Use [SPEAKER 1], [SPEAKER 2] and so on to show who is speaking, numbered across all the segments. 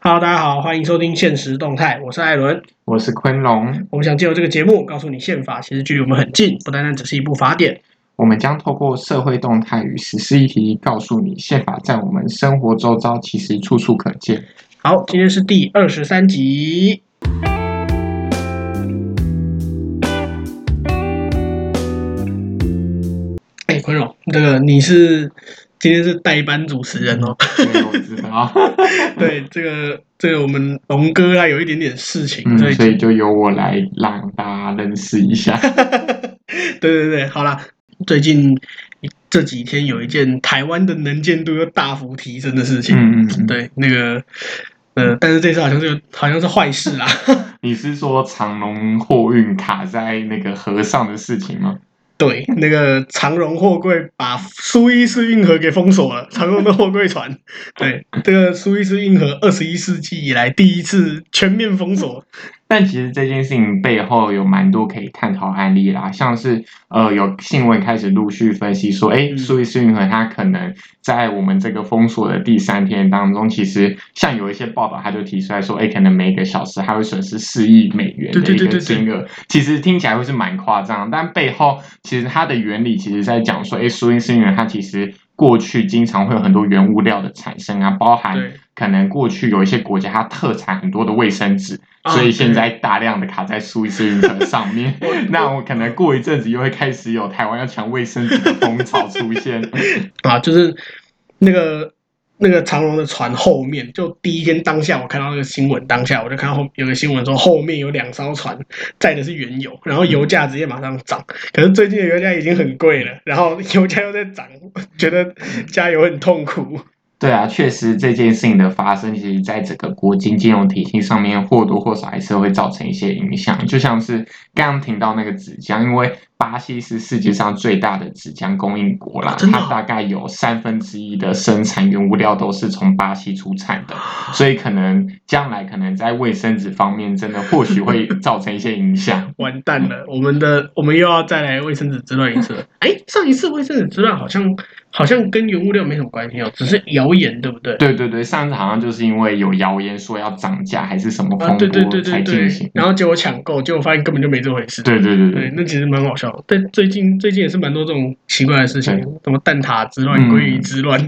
[SPEAKER 1] Hello，大家好，欢迎收听《现实动态》，我是艾伦。
[SPEAKER 2] 我是昆龙，
[SPEAKER 1] 我们想借由这个节目，告诉你宪法其实距离我们很近，不单单只是一部法典。
[SPEAKER 2] 我们将透过社会动态与时事议题，告诉你宪法在我们生活周遭其实处处可见。
[SPEAKER 1] 好，今天是第二十三集。哎，昆龙，这个你是今天是代班主持人哦。
[SPEAKER 2] 对，我知道，
[SPEAKER 1] 对，这个这个我们龙哥他有一点点事情，所
[SPEAKER 2] 嗯，
[SPEAKER 1] 以
[SPEAKER 2] 所以就由我来让大家认识一下。
[SPEAKER 1] 对对对，好啦，最近这几天有一件台湾的能见度又大幅提升的事情，
[SPEAKER 2] 嗯嗯，嗯，
[SPEAKER 1] 对，那个，呃，但是这次好像是好像是坏事 啦，
[SPEAKER 2] 你是说长隆货运卡在那个河上的事情吗？
[SPEAKER 1] 对，那个长荣货柜把苏伊士运河给封锁了，长荣的货柜船，对，这个苏伊士运河二十一世纪以来第一次全面封锁，
[SPEAKER 2] 但其实这件事情背后有蛮多可以探讨案例啦，像是呃有新闻开始陆续分析说，哎，
[SPEAKER 1] 嗯
[SPEAKER 2] 苏伊士运河它可能在我们这个封锁的第三天当中，其实像有一些报道，它就提出来说，哎，可能每个小时它会损失四亿美元
[SPEAKER 1] 对
[SPEAKER 2] 的
[SPEAKER 1] 对
[SPEAKER 2] 一
[SPEAKER 1] 对
[SPEAKER 2] 个
[SPEAKER 1] 对对
[SPEAKER 2] 金额，其实听起来会是蛮夸张，但背后其实它的原理其实在讲说，哎，苏伊士运河它其实过去经常会有很多原物料的产生啊，包含
[SPEAKER 1] 对，
[SPEAKER 2] 可能过去有一些国家它特产很多的卫生纸，
[SPEAKER 1] 啊
[SPEAKER 2] 所以现在大量的卡在苏伊士运河上面。 那我可能过一阵子又会开始有台湾要抢卫生纸的风潮出现。
[SPEAKER 1] 啊，就是那个那个长荣的船后面，就第一天当下，我看到那个新闻，当下我就看到后有个新闻说后面有两艘船载的是原油，然后油
[SPEAKER 2] 嗯
[SPEAKER 1] 价直接马上涨。可是最近的油价已经很贵了，然后 油价又在涨，觉得
[SPEAKER 2] 嗯
[SPEAKER 1] 加油很痛苦。
[SPEAKER 2] 对啊，确实这件事情的发生，其实在整个国际金融体系上面或多或少还是会造成一些影响。就像是刚刚听到那个纸浆，因为巴西是世界上最大的纸浆供应国啦，
[SPEAKER 1] 真的哦
[SPEAKER 2] 它大概有三分之一的生产原物料都是从巴西出产的，所以可能将来可能在卫生纸方面，真的或许会造成一些 影响。
[SPEAKER 1] 完蛋了，我们的我们又要再来卫生纸之乱一次了。哎，上一次卫生纸之乱好像好像跟原物料没什么关系哦，只是谣言，对不对？
[SPEAKER 2] 对对对，上次好像就是因为有谣言说要涨价还是什么
[SPEAKER 1] 啊，
[SPEAKER 2] 风
[SPEAKER 1] 对对
[SPEAKER 2] 波
[SPEAKER 1] 对对
[SPEAKER 2] 才进
[SPEAKER 1] 对
[SPEAKER 2] 行。。
[SPEAKER 1] 然后结果抢购，结果发现根本就没这回事。
[SPEAKER 2] 对对对
[SPEAKER 1] 对
[SPEAKER 2] 对，
[SPEAKER 1] 那其实蛮好笑的。但最近最近也是蛮多这种奇怪的事情
[SPEAKER 2] 对，
[SPEAKER 1] 什么蛋挞之乱、
[SPEAKER 2] 嗯
[SPEAKER 1] 鲑鱼之乱，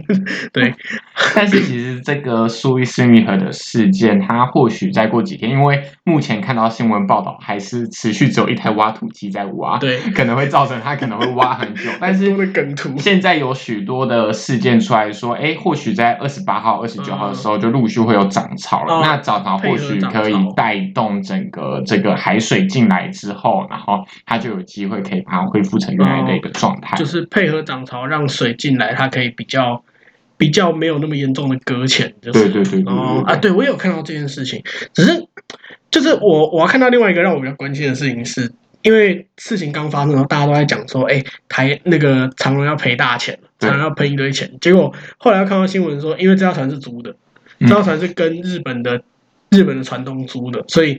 [SPEAKER 1] 对，
[SPEAKER 2] 但是其实这个苏伊士运河的事件，它或许再过几天，因为目前看到新闻报道还是持续只有一台挖土机在挖，
[SPEAKER 1] 对，
[SPEAKER 2] 可能会造成它可能会挖很 久，但啊是
[SPEAKER 1] 很多的梗图
[SPEAKER 2] 现在有许多的事件出来说，哎，或许在二十八号、二十九号的时候就陆续会有涨潮了。
[SPEAKER 1] 嗯哦
[SPEAKER 2] 那涨潮或许可
[SPEAKER 1] 配合
[SPEAKER 2] 以
[SPEAKER 1] 涨潮
[SPEAKER 2] 带动整个这个海水进来之后，然后它就有机会可以把它恢复成原来的一个状态。
[SPEAKER 1] 哦就是配合涨潮让水进来，它可以比较比较没有那么严重的搁浅，就
[SPEAKER 2] 对嗯
[SPEAKER 1] 是。
[SPEAKER 2] 对对对
[SPEAKER 1] 哦
[SPEAKER 2] 对
[SPEAKER 1] 啊，
[SPEAKER 2] 对。
[SPEAKER 1] 对我有看到这件事情，只是就是我我看到另外一个让我比较关心的事情是。因为事情刚发生的时候，大家都在讲说，哎，台那个长荣要赔大钱，
[SPEAKER 2] 对
[SPEAKER 1] 长荣要喷一堆钱。结果后来又看到新闻说，因为这条船是租的，
[SPEAKER 2] 嗯
[SPEAKER 1] 这艘船是跟日本的日本的船东租的，所以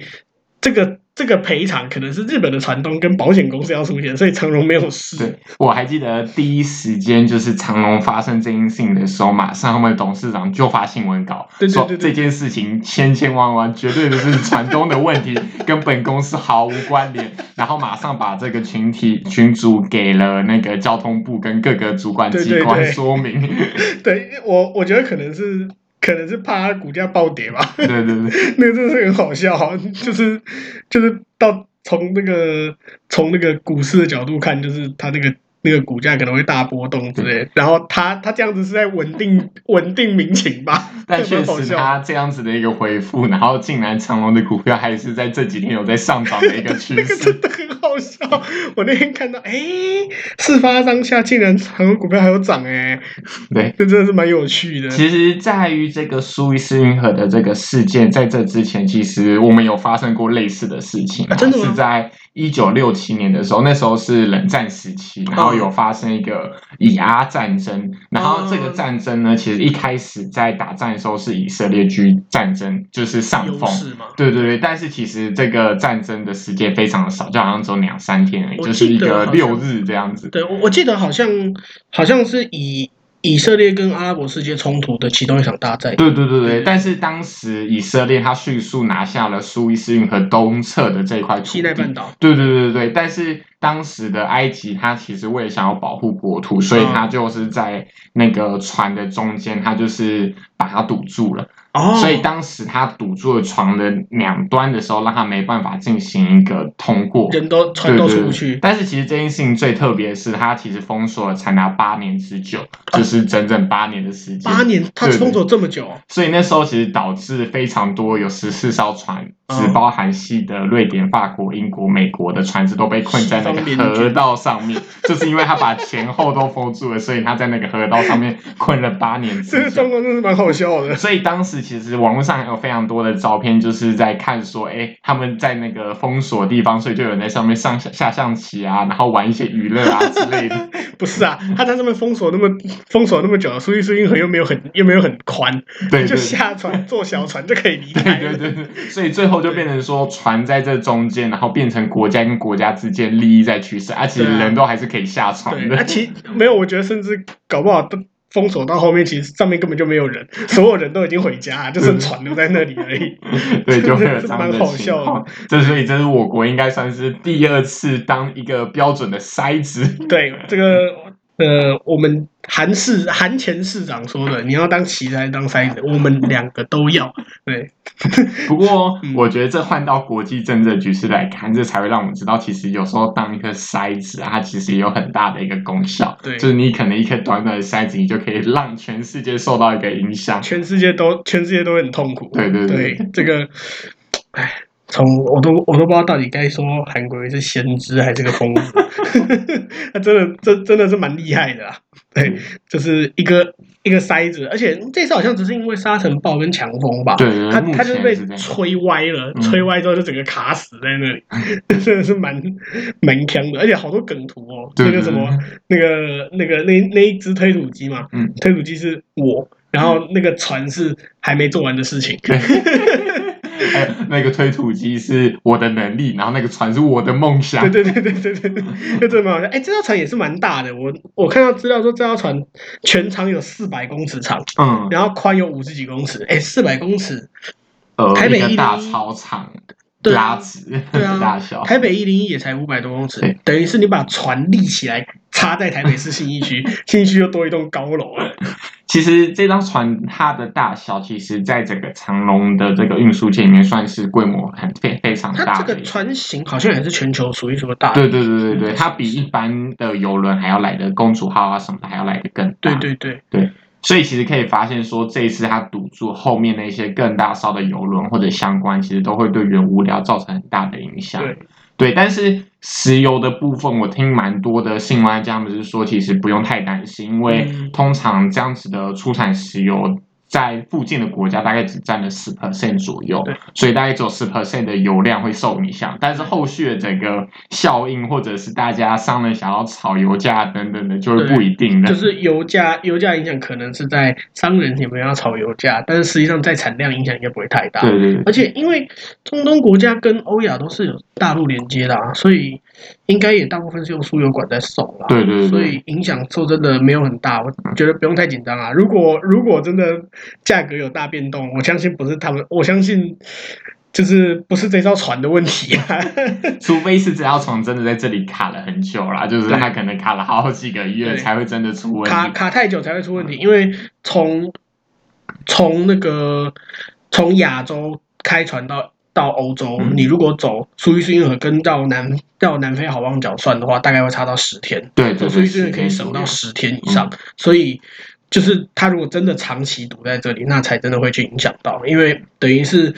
[SPEAKER 1] 这个这个赔偿可能是日本的船东跟保险公司要出钱，所以长荣没有事
[SPEAKER 2] 对。，我还记得第一时间就是长隆发生这件事情的时候，马上他们董事长就发新闻稿，
[SPEAKER 1] 对对
[SPEAKER 2] 说
[SPEAKER 1] 对对
[SPEAKER 2] 这件事情千千万万绝对就是船东的问 题，跟本公司毫无关联。然后马上把这个群体群主给了那个交通部跟各个主管
[SPEAKER 1] 对
[SPEAKER 2] 机
[SPEAKER 1] 对
[SPEAKER 2] 关
[SPEAKER 1] 对
[SPEAKER 2] 说明。
[SPEAKER 1] 对我我觉得可能是可能是怕它股价暴跌吧，
[SPEAKER 2] 对对对
[SPEAKER 1] 那个真的是很好笑哦，就是就是到从那个从那个股市的角度看，就是它那个。那个股价可能会大波动之类的，然后它它这样子是在稳定稳定民情吧？
[SPEAKER 2] 但
[SPEAKER 1] 这
[SPEAKER 2] 确
[SPEAKER 1] 蛮好
[SPEAKER 2] 实
[SPEAKER 1] 笑
[SPEAKER 2] 他这样子的一个回复，然后竟然长隆的股票还是在这几天有在上涨的一个趋
[SPEAKER 1] 那个
[SPEAKER 2] 势
[SPEAKER 1] 真。的很好笑。 我那天看到，哎、事发当下竟然长荣股票还有涨、诶，哎，这
[SPEAKER 2] 对，
[SPEAKER 1] 真的是蛮有趣的。
[SPEAKER 2] 其实，在于这个苏伊士运河的这个事件，在这之前，其实我们有发生过类似的事情、
[SPEAKER 1] 啊真的吗
[SPEAKER 2] 是在一九六七年的时候，那时候是冷战时期，
[SPEAKER 1] 哦
[SPEAKER 2] 然后有发生一个以阿战争，然后这个战争呢，其实一开始在打仗的时候是以色列居战争，就是上
[SPEAKER 1] 优
[SPEAKER 2] 风。
[SPEAKER 1] 势嘛，
[SPEAKER 2] 对对对，但是其实这个战争的时间非常的少，就好像只有两三天而已，
[SPEAKER 1] 我
[SPEAKER 2] 就是
[SPEAKER 1] 记
[SPEAKER 2] 一
[SPEAKER 1] 得
[SPEAKER 2] 个
[SPEAKER 1] 好像
[SPEAKER 2] 六日这样子。
[SPEAKER 1] 对我我记得好像好像是以以色列跟阿拉伯世界冲突的其中一场大战。
[SPEAKER 2] 对对对对，但是当时以色列他迅速拿下了苏伊士运河东侧的这一块土
[SPEAKER 1] 西奈
[SPEAKER 2] 地
[SPEAKER 1] 半，岛，
[SPEAKER 2] 对对对对，但是当时的埃及，它其实为了想要保护国土，
[SPEAKER 1] 嗯
[SPEAKER 2] 所以它就是在那个船的中间，它就是把它堵住了。
[SPEAKER 1] 哦，
[SPEAKER 2] 所以当时它堵住了船的两端的时候，让它没办法进行一个通过。
[SPEAKER 1] 人都船
[SPEAKER 2] 对
[SPEAKER 1] 都
[SPEAKER 2] 对
[SPEAKER 1] 出不
[SPEAKER 2] 对，
[SPEAKER 1] 去。
[SPEAKER 2] 但是其实这件事情最特别的是，它其实封锁了长达八年之久，就是整整八年的时间。
[SPEAKER 1] 八年，他
[SPEAKER 2] 对对
[SPEAKER 1] 封锁这么久哦，
[SPEAKER 2] 所以那时候其实导致非常多有十四艘船，只包含西德、瑞典、法国、英国、美国的船只都被困在那
[SPEAKER 1] 西
[SPEAKER 2] 个
[SPEAKER 1] 方联军
[SPEAKER 2] 河道上面，就是因为他把前后都封住了，所以他在那个河道上面困了八年
[SPEAKER 1] 这
[SPEAKER 2] 之
[SPEAKER 1] 个
[SPEAKER 2] 久
[SPEAKER 1] 状。况真是蛮好笑的。
[SPEAKER 2] 所以当时其实网络上还有非常多的照片，就是在看说，哎、他们在那个封锁地方，所以就有人在上面上下下象棋啊，然后玩一些娱乐啊之类的。
[SPEAKER 1] 不是啊，他在上面封锁那么封锁那么久，苏伊士运河又没有很又没有很宽，
[SPEAKER 2] 对，
[SPEAKER 1] 就
[SPEAKER 2] 对
[SPEAKER 1] 下船坐小船就可以离
[SPEAKER 2] 对
[SPEAKER 1] 开
[SPEAKER 2] 对
[SPEAKER 1] 了。
[SPEAKER 2] 对，对所以最后就变成说船在这中间，然后变成国家跟国家之间利益在驱使，啊，其
[SPEAKER 1] 对
[SPEAKER 2] 实
[SPEAKER 1] 啊
[SPEAKER 2] 人都还是可以下船
[SPEAKER 1] 对，那啊
[SPEAKER 2] 的。
[SPEAKER 1] 其没有，我觉得甚至搞不好都封锁到后面，其实上面根本就没有人，所有人都已经回家，
[SPEAKER 2] 嗯
[SPEAKER 1] 就剩船留在那里而已。
[SPEAKER 2] 对，就会有
[SPEAKER 1] 这
[SPEAKER 2] 这样
[SPEAKER 1] 蛮
[SPEAKER 2] 的
[SPEAKER 1] 好
[SPEAKER 2] 情
[SPEAKER 1] 笑
[SPEAKER 2] 况。这所以这是我国应该算是第二次当一个标准的筛子。
[SPEAKER 1] 对，这个呃，我们韩市韩前市长说的，你要当棋子还是当筛子，我们两个都要。对，
[SPEAKER 2] 不过
[SPEAKER 1] 嗯
[SPEAKER 2] 我觉得这换到国际政治的局势来看，这才会让我们知道，其实有时候当一颗筛子啊，它其实也有很大的一个功效。
[SPEAKER 1] 对
[SPEAKER 2] 就是你可能一颗短短的筛子，你就可以让全世界受到一个影响。
[SPEAKER 1] 全世界都全世界都会很痛苦。
[SPEAKER 2] 对对
[SPEAKER 1] 对，这个，哎，从我都我都不知道到底该说韩国瑜是先知还是个疯子， 他真的这真的是蛮厉害的啊。对，就是一个一个筛子，而且这次好像只是因为沙尘暴跟强风吧。
[SPEAKER 2] 对对对，
[SPEAKER 1] 他
[SPEAKER 2] 目
[SPEAKER 1] 他就是
[SPEAKER 2] 前
[SPEAKER 1] 被
[SPEAKER 2] 是这样
[SPEAKER 1] 吹歪了，
[SPEAKER 2] 嗯
[SPEAKER 1] 吹歪之后就整个卡死在那里， 真的是蛮蛮强的，而且好多梗图哦，
[SPEAKER 2] 对
[SPEAKER 1] 那
[SPEAKER 2] 对
[SPEAKER 1] 个什么那
[SPEAKER 2] 对
[SPEAKER 1] 个那个那那一只推土机嘛，
[SPEAKER 2] 嗯
[SPEAKER 1] 推土机是我，然后那个船是还没做完的事情，
[SPEAKER 2] 对，还有 那个推土机是我的能力，然后那个船是我的梦想。
[SPEAKER 1] 对 对对对对对对，就这么好笑。哎，这艘船也是蛮大的，我我看到资料说这艘船全长有四百公尺长，
[SPEAKER 2] 嗯，
[SPEAKER 1] 然后宽有五十几公尺，哎，四百公尺，台
[SPEAKER 2] 呃，
[SPEAKER 1] 北
[SPEAKER 2] 一个
[SPEAKER 1] 一
[SPEAKER 2] 大
[SPEAKER 1] 零一
[SPEAKER 2] 操场
[SPEAKER 1] 对
[SPEAKER 2] 拉
[SPEAKER 1] 啊
[SPEAKER 2] 直
[SPEAKER 1] 对啊
[SPEAKER 2] 的大小。
[SPEAKER 1] 台北一零一也才五百多公尺
[SPEAKER 2] 对，
[SPEAKER 1] 等于是你把船立起来插在台北市信义 区，信义区又多一栋高楼了。
[SPEAKER 2] 其实这张船它的大小，其实在整个长龙的这个运输界里面算是规模很非非常
[SPEAKER 1] 它
[SPEAKER 2] 大
[SPEAKER 1] 这
[SPEAKER 2] 的
[SPEAKER 1] 个
[SPEAKER 2] 一个。
[SPEAKER 1] 船嗯型好像也是全球数一数二大的。
[SPEAKER 2] 对对对对对，它比一般的游轮还要来的公主号啊什么的还要来的更大。
[SPEAKER 1] 对对对
[SPEAKER 2] 所以其实可以发现说，这一次它堵住后面那些更大艘的游轮或者相关，其实都会对原物料造成很大的影响。
[SPEAKER 1] 对
[SPEAKER 2] 对，但是石油的部分，我听蛮多的新闻专家们是说，其实不用太担心，因为
[SPEAKER 1] 嗯
[SPEAKER 2] 通常这样子的出产石油。在附近的国家大概只占了十 percent 左右
[SPEAKER 1] 对，
[SPEAKER 2] 所以大概只有十 percent 的油量会受影响。但是后续的整个效应，或者是大家商人想要炒油价等等的，就会
[SPEAKER 1] 对
[SPEAKER 2] 不一定的。
[SPEAKER 1] 就是油价，油价影响可能是在商人有没有要炒油价，但是实际上在产量影响应该不会太大。
[SPEAKER 2] 对对对
[SPEAKER 1] 而且因为中东国家跟欧亚都是有大陆连接的、啊，所以应该也大部分是用输油管在送啊啦。
[SPEAKER 2] 对对对，
[SPEAKER 1] 所以影响说真的没有很大，我觉得不用太紧张啊。如果如果真的价格有大变动，我相信不是他们，我相信就是不是这艘船的问题 啊。
[SPEAKER 2] 除非是这条船真的在这里卡了很久啦，就是它可能卡了好几个
[SPEAKER 1] 对
[SPEAKER 2] 月才会真的出问
[SPEAKER 1] 卡
[SPEAKER 2] 题。
[SPEAKER 1] 卡太久才会出问题，因为从从那个从亚洲开船到到欧洲，
[SPEAKER 2] 嗯
[SPEAKER 1] 你如果走苏伊士运河跟到南到南非好望角算的话，大概会差到十天。
[SPEAKER 2] 对对
[SPEAKER 1] 所
[SPEAKER 2] 对，
[SPEAKER 1] 以这个可以
[SPEAKER 2] 时间
[SPEAKER 1] 省
[SPEAKER 2] 左
[SPEAKER 1] 到
[SPEAKER 2] 右
[SPEAKER 1] 十天以上。所以就是他如果真的长期堵在这里，那才真的会去影响到，因为等于是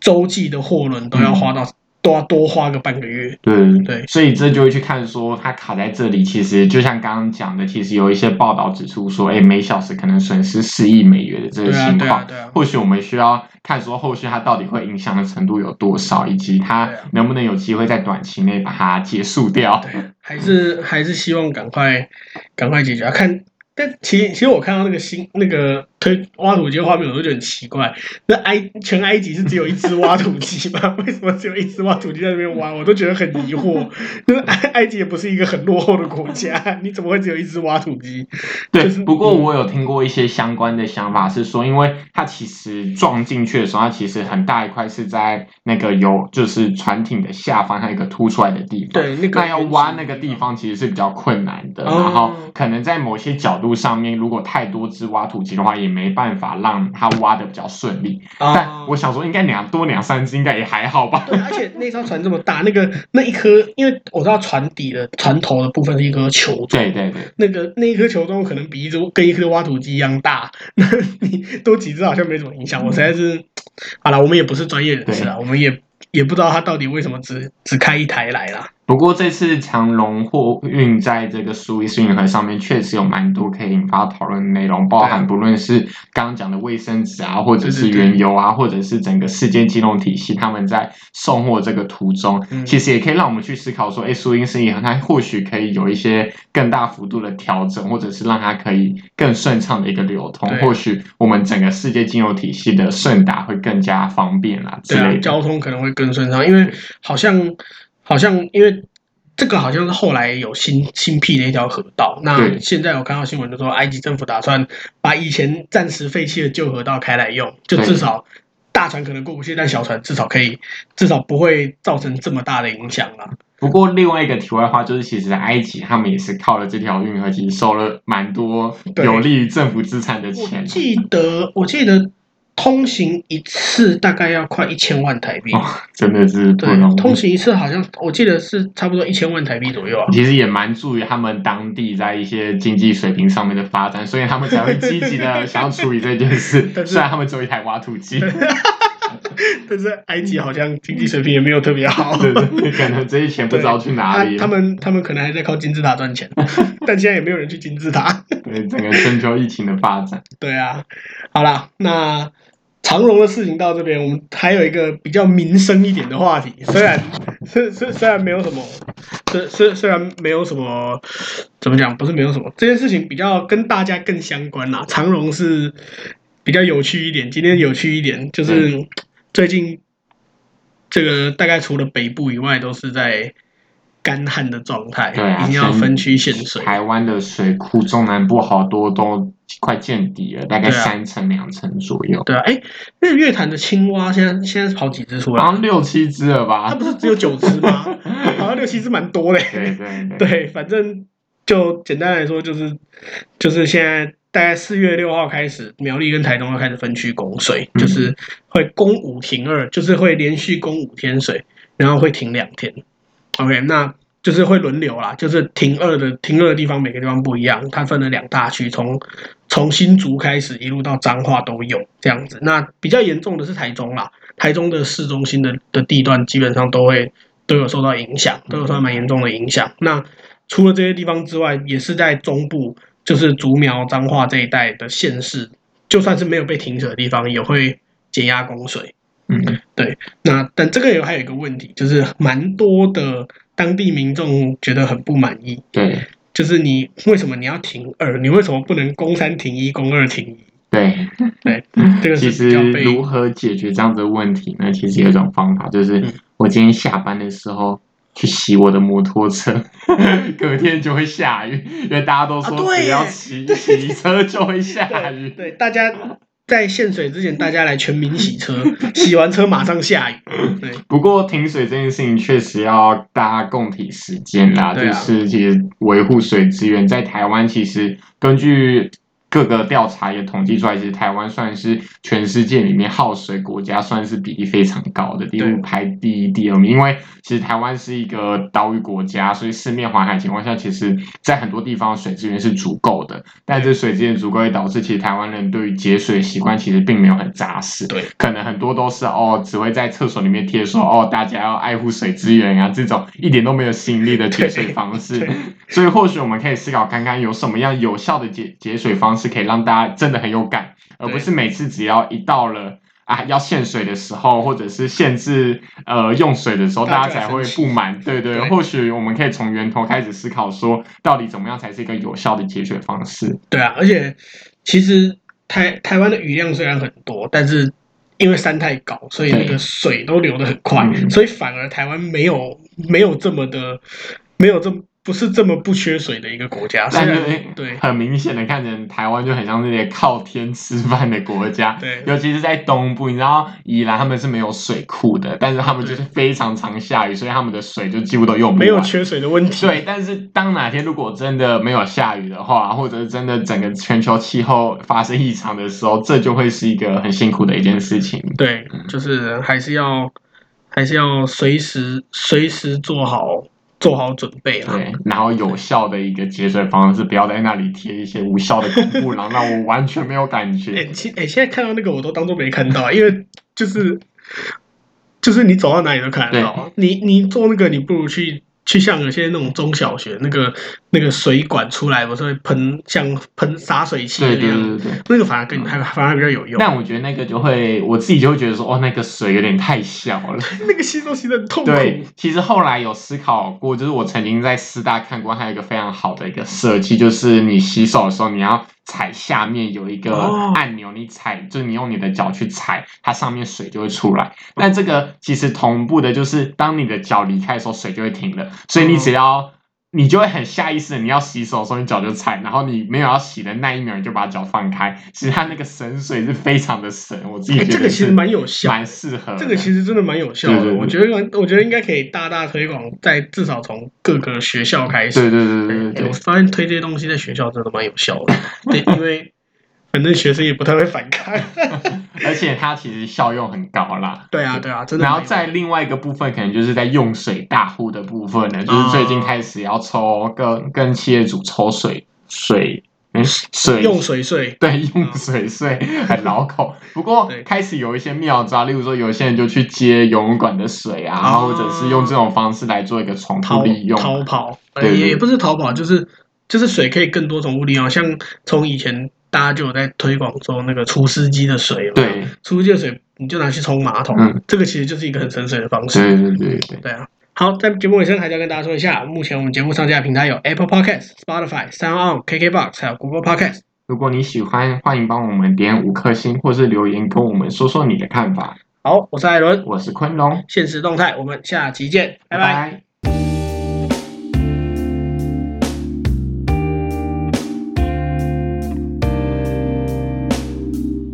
[SPEAKER 1] 洲际的货轮都要
[SPEAKER 2] 嗯
[SPEAKER 1] 花到、都要多花个半个月。
[SPEAKER 2] 对
[SPEAKER 1] 对
[SPEAKER 2] 所以这就会去看说它卡在这里，其实就像刚刚讲的，其实有一些报道指出说，哎，每小时可能损失四亿美元的这个
[SPEAKER 1] 对啊，
[SPEAKER 2] 情
[SPEAKER 1] 对啊，
[SPEAKER 2] 况。
[SPEAKER 1] 对啊。
[SPEAKER 2] 或许我们需要看说后续它到底会影响的程度有多少，以及它
[SPEAKER 1] 对啊
[SPEAKER 2] 能不能有机会在短期内把它结束掉。
[SPEAKER 1] 对，还是还是希望赶快赶快解决啊！看，但其实其实我看到那个新那个推挖土机的画面，我都觉得很奇怪。那埃全埃及是只有一只挖土机吗？ 为什么只有一只挖土机在那边挖？我都觉得很疑惑。就是埃埃及也不是一个很落后的国家， 你怎么会只有一只挖土机？
[SPEAKER 2] 对
[SPEAKER 1] 就是，嗯
[SPEAKER 2] 不过我有听过一些相关的想法，是说，因为它其实撞进去的时候，它其实很大一块是在那个有就是船艇的下方，它有一个凸出来的地方。
[SPEAKER 1] 哦对，那个
[SPEAKER 2] 那要挖那个地方其实是比较困难的，
[SPEAKER 1] 哦
[SPEAKER 2] 然后可能在某些角度上面，如果太多只挖土机的话，也没办法让它挖的比较顺利。
[SPEAKER 1] 哦
[SPEAKER 2] 但我想说，应该两多两三只应该也还好吧。
[SPEAKER 1] 对，而且那艘船这么大，那个那一颗，因为我知道船底的船头的部分是一颗球状，
[SPEAKER 2] 对对对，
[SPEAKER 1] 那个那一颗球状可能比一只跟一颗挖土机一样大， 那你多几只好像没什么影
[SPEAKER 2] 嗯
[SPEAKER 1] 响。我实在是，好了，我们也不是专业人士啊，我们也也不知道他到底为什么只只开一台来啦。
[SPEAKER 2] 不过这次长龙货运在这个苏伊士运河上面确实有蛮多可以引发讨论的内容，包含不论是刚刚讲的卫生纸啊，或者是
[SPEAKER 1] 对对对
[SPEAKER 2] 原油啊，或者是整个世界金融体系，他们在送货这个途中，
[SPEAKER 1] 嗯
[SPEAKER 2] 其实也可以让我们去思考说，哎，苏伊士运河它或许可以有一些更大幅度的调整，或者是让它可以更顺畅的一个流通
[SPEAKER 1] 对，
[SPEAKER 2] 或许我们整个世界金融体系的顺达会更加方便啦之
[SPEAKER 1] 对啊
[SPEAKER 2] 类，的。
[SPEAKER 1] 交通可能会更顺畅，因为好像好像因为这个好像是后来有新新辟的一条河道。那
[SPEAKER 2] 对
[SPEAKER 1] 现在我看到新闻就说，埃及政府打算把以前暂时废弃的旧河道开来用，就
[SPEAKER 2] 对
[SPEAKER 1] 至少大船可能过不去，但小船至少可以，至少不会造成这么大的影响啦。
[SPEAKER 2] 不过另外一个题外话就是，其实埃及他们也是靠了这条运河，其实收了蛮多
[SPEAKER 1] 对
[SPEAKER 2] 有利于政府资产的
[SPEAKER 1] 我
[SPEAKER 2] 钱。
[SPEAKER 1] 记得我记得通行一次大概要快一千万台币，
[SPEAKER 2] 哦真的是不
[SPEAKER 1] 对
[SPEAKER 2] 容，
[SPEAKER 1] 通
[SPEAKER 2] 易。
[SPEAKER 1] 行一次好像我记得是差不多一千万台币左右啊。
[SPEAKER 2] 其实也蛮助于他们当地在一些经济水平上面的发展，所以他们才会积极的想要处理这件
[SPEAKER 1] 但
[SPEAKER 2] 事。
[SPEAKER 1] 是
[SPEAKER 2] 虽然他们只有一台挖土机，对
[SPEAKER 1] 但是埃及好像经济水平也没有特别好，
[SPEAKER 2] 对可能这些钱不知道去哪
[SPEAKER 1] 他
[SPEAKER 2] 里
[SPEAKER 1] 他。们他们可能还在靠金字塔赚 钱，但现在也没有人去金字塔。
[SPEAKER 2] 对整个全球疫情的发展，
[SPEAKER 1] 对啊，好啦，那长荣的事情到这边，我们还有一个比较民生一点的话题，虽然虽虽虽然没有什么，虽虽虽然没有什么，怎么讲，不是没有什么，这件事情比较跟大家更相关啦。长荣是比较有趣一点，今天有趣一点
[SPEAKER 2] 嗯
[SPEAKER 1] 就是最近这个大概除了北部以外，都是在干旱的状态，
[SPEAKER 2] 对啊，
[SPEAKER 1] 一定要
[SPEAKER 2] 全
[SPEAKER 1] 分区限水。
[SPEAKER 2] 台湾的水库中南部好多都快见底了，大概
[SPEAKER 1] 对啊
[SPEAKER 2] 三成两成左右。
[SPEAKER 1] 对啊，哎，日月潭的青蛙现在现在是跑几只出来
[SPEAKER 2] 好？像六七只了
[SPEAKER 1] 它
[SPEAKER 2] 吧？
[SPEAKER 1] 啊不是只有九只吗？好像六七只蛮多嘞。
[SPEAKER 2] 对对对，
[SPEAKER 1] 对，反正就简单来说，就是就是现在大概四月六号开始，苗栗跟台东要开始分区供水，
[SPEAKER 2] 嗯
[SPEAKER 1] 就是会供五停二，就是会连续供五天水，然后会停两天。OK，那就是会轮流啦，就是停二的停二的地方每个地方不一样，它分了两大区，从从新竹开始一路到彰化都有这样子。那比较严重的是台中啦，台中的市中心的的地段基本上都会都有受到影响，都有受到蛮严重的影响。那除了这些地方之外，也是在中部，就是竹苗、彰化这一带的县市，就算是没有被停水的地方，也会减压供水。
[SPEAKER 2] 嗯，
[SPEAKER 1] 那但这个有还有一个问题，就是蛮多的当地民众觉得很不满意，
[SPEAKER 2] 对
[SPEAKER 1] 就是你为什么你要停二？你为什么不能攻三停一、攻二停一？
[SPEAKER 2] 对。
[SPEAKER 1] 对，这个
[SPEAKER 2] 其
[SPEAKER 1] 是比较
[SPEAKER 2] 实
[SPEAKER 1] 被
[SPEAKER 2] 如何解决这样子的问题呢？其实有一种方法，就是
[SPEAKER 1] 嗯
[SPEAKER 2] 我今天下班的时候。去洗我的摩托车， 隔天就会下雨，因为大家都
[SPEAKER 1] 啊
[SPEAKER 2] 说
[SPEAKER 1] 对
[SPEAKER 2] 只要
[SPEAKER 1] 耶
[SPEAKER 2] 骑骑车就会下
[SPEAKER 1] 对
[SPEAKER 2] 雨。
[SPEAKER 1] 对大家在限水之前，大家来全民洗车，洗完车马上下雨。对，
[SPEAKER 2] 不过停水这件事情确实要大家共体时间啦，
[SPEAKER 1] 对
[SPEAKER 2] 就
[SPEAKER 1] 啊
[SPEAKER 2] 是其实维护水资源在台湾，其实根据各个调查也统计出来，其实台湾算是全世界里面耗水国家，算是比例非常高的，第
[SPEAKER 1] 对
[SPEAKER 2] 五排第一、第二名。因为其实台湾是一个岛屿国家，所以四面环海情况下，其实在很多地方水资源是足够的，
[SPEAKER 1] 嗯
[SPEAKER 2] 但这水资源足够会导致其实台湾人对于节水的习惯其实并没有很扎实。可能很多都是哦，只会在厕所里面贴说哦，大家要爱护水资源啊，这种一点都没有吸引力的节水方式
[SPEAKER 1] 对对。
[SPEAKER 2] 所以或许我们可以思考看看有什么样有效的节节水方式，可以让大家真的很有感，而不是每次只要一到了。啊，要限水的时候，或者是限制呃用水的时候，
[SPEAKER 1] 大家
[SPEAKER 2] 大家
[SPEAKER 1] 就来
[SPEAKER 2] 才会
[SPEAKER 1] 生气
[SPEAKER 2] 不满。对对，
[SPEAKER 1] 对
[SPEAKER 2] 或许我们可以从源头开始思考说到底怎么样才是一个有效的节水方式。
[SPEAKER 1] 对啊，而且其实台台湾的雨量虽然很多，但是因为山太高，所以那个水都流得很快，
[SPEAKER 2] 嗯
[SPEAKER 1] 所以反而台湾没有没有这么的没有这么不是这么不缺水的一个国家。虽
[SPEAKER 2] 但
[SPEAKER 1] 然
[SPEAKER 2] 是
[SPEAKER 1] 对
[SPEAKER 2] 很明显的看见台湾就很像那些靠天吃饭的国家，
[SPEAKER 1] 对
[SPEAKER 2] 尤其是在东部，你知道宜兰他们是没有水库的，但是他们就是非常常下雨，所以他们的水就几乎都用不完。
[SPEAKER 1] 没有缺水的问题，
[SPEAKER 2] 对，但是当哪天如果真的没有下雨的话，或者是真的整个全球气候发生异常的时候，这就会是一个很辛苦的一件事情。
[SPEAKER 1] 对，就是还是要还是要随时随时做好做好准备啦。
[SPEAKER 2] 对，然后有效的一个节水方式，不要在那里贴一些无效的恐怖栏，让我完全没有感
[SPEAKER 1] 哎、
[SPEAKER 2] 觉。
[SPEAKER 1] 其哎、现在看到那个我都当做没看到，因为就是就是你走到哪里都看得到。你你做那个，你不如去去像有些那种中小学那个那个水管出来，不是会喷像喷洒水器
[SPEAKER 2] 对
[SPEAKER 1] 那
[SPEAKER 2] 对对
[SPEAKER 1] 样，
[SPEAKER 2] 对对。
[SPEAKER 1] 那个反而更还反而比较有用。
[SPEAKER 2] 但我觉得那个就会，我自己就会觉得说，哦，那个水有点太小了。
[SPEAKER 1] 那个吸收吸的很痛苦。
[SPEAKER 2] 对，其实后来有思考过，就是我曾经在师大看过，还有一个非常好的一个设计，就是你洗手的时候，你要踩下面有一个
[SPEAKER 1] 哦
[SPEAKER 2] 按钮，你踩，就是你用你的脚去踩，它上面水就会出来。那这个其实同步的，就是当你的脚离开的时候，水就会停了，所以你
[SPEAKER 1] 哦
[SPEAKER 2] 只要。你就会很下意识，你要洗手的时候，你脚就踩，然后你没有要洗的那一秒，你就把脚放开。其实它那个省水是非常的省，我自己
[SPEAKER 1] 哎
[SPEAKER 2] 觉得
[SPEAKER 1] 这个其实
[SPEAKER 2] 是
[SPEAKER 1] 蛮有效
[SPEAKER 2] 蛮适合的。
[SPEAKER 1] 这个其实真的蛮有效
[SPEAKER 2] 对
[SPEAKER 1] 的，
[SPEAKER 2] 对对
[SPEAKER 1] 我觉得我觉得应该可以大大推广，在至少从各个学校开始。
[SPEAKER 2] 对对对对对
[SPEAKER 1] 哎
[SPEAKER 2] 对
[SPEAKER 1] 我，发现推这些东西在学校真的蛮有效 的，对，因为反正学生也不太会反抗。
[SPEAKER 2] 而且它其实效用很高啦。
[SPEAKER 1] 对啊，对啊，真的
[SPEAKER 2] 然
[SPEAKER 1] 蛮有。
[SPEAKER 2] 后在另外一个部分，可能就是在用水大户的部分呢，就是最近开始要抽跟跟企业主抽水水嗯水
[SPEAKER 1] 用水税，
[SPEAKER 2] 对用水税很老口，不过
[SPEAKER 1] 对
[SPEAKER 2] 开始有一些妙招，例如说有些人就去接游泳馆的水啊，
[SPEAKER 1] 啊
[SPEAKER 2] 或者是用这种方式来做一个重复
[SPEAKER 1] 逃
[SPEAKER 2] 利用。
[SPEAKER 1] 逃跑，呃
[SPEAKER 2] 对对对
[SPEAKER 1] 也也不是逃跑，就是就是水可以更多重复利用，啊像从以前大家就有在推广说那个除湿机的水嘛，
[SPEAKER 2] 对
[SPEAKER 1] 除湿机的水你就拿去冲马桶，
[SPEAKER 2] 嗯
[SPEAKER 1] 这个其实就是一个很省水的方式。
[SPEAKER 2] 对对对对，
[SPEAKER 1] 对啊。好，在节目尾声还是要跟大家说一下，目前我们节目上架的平台有 Apple Podcast、Spotify、Sound On、KKBox 还有 Google Podcast。
[SPEAKER 2] 如果你喜欢，欢迎帮我们点五颗星，或是留言跟我们说说你的看法。
[SPEAKER 1] 好，我是艾伦，
[SPEAKER 2] 我是昆龙，
[SPEAKER 1] 现实动态，我们下期见，拜拜
[SPEAKER 2] 拜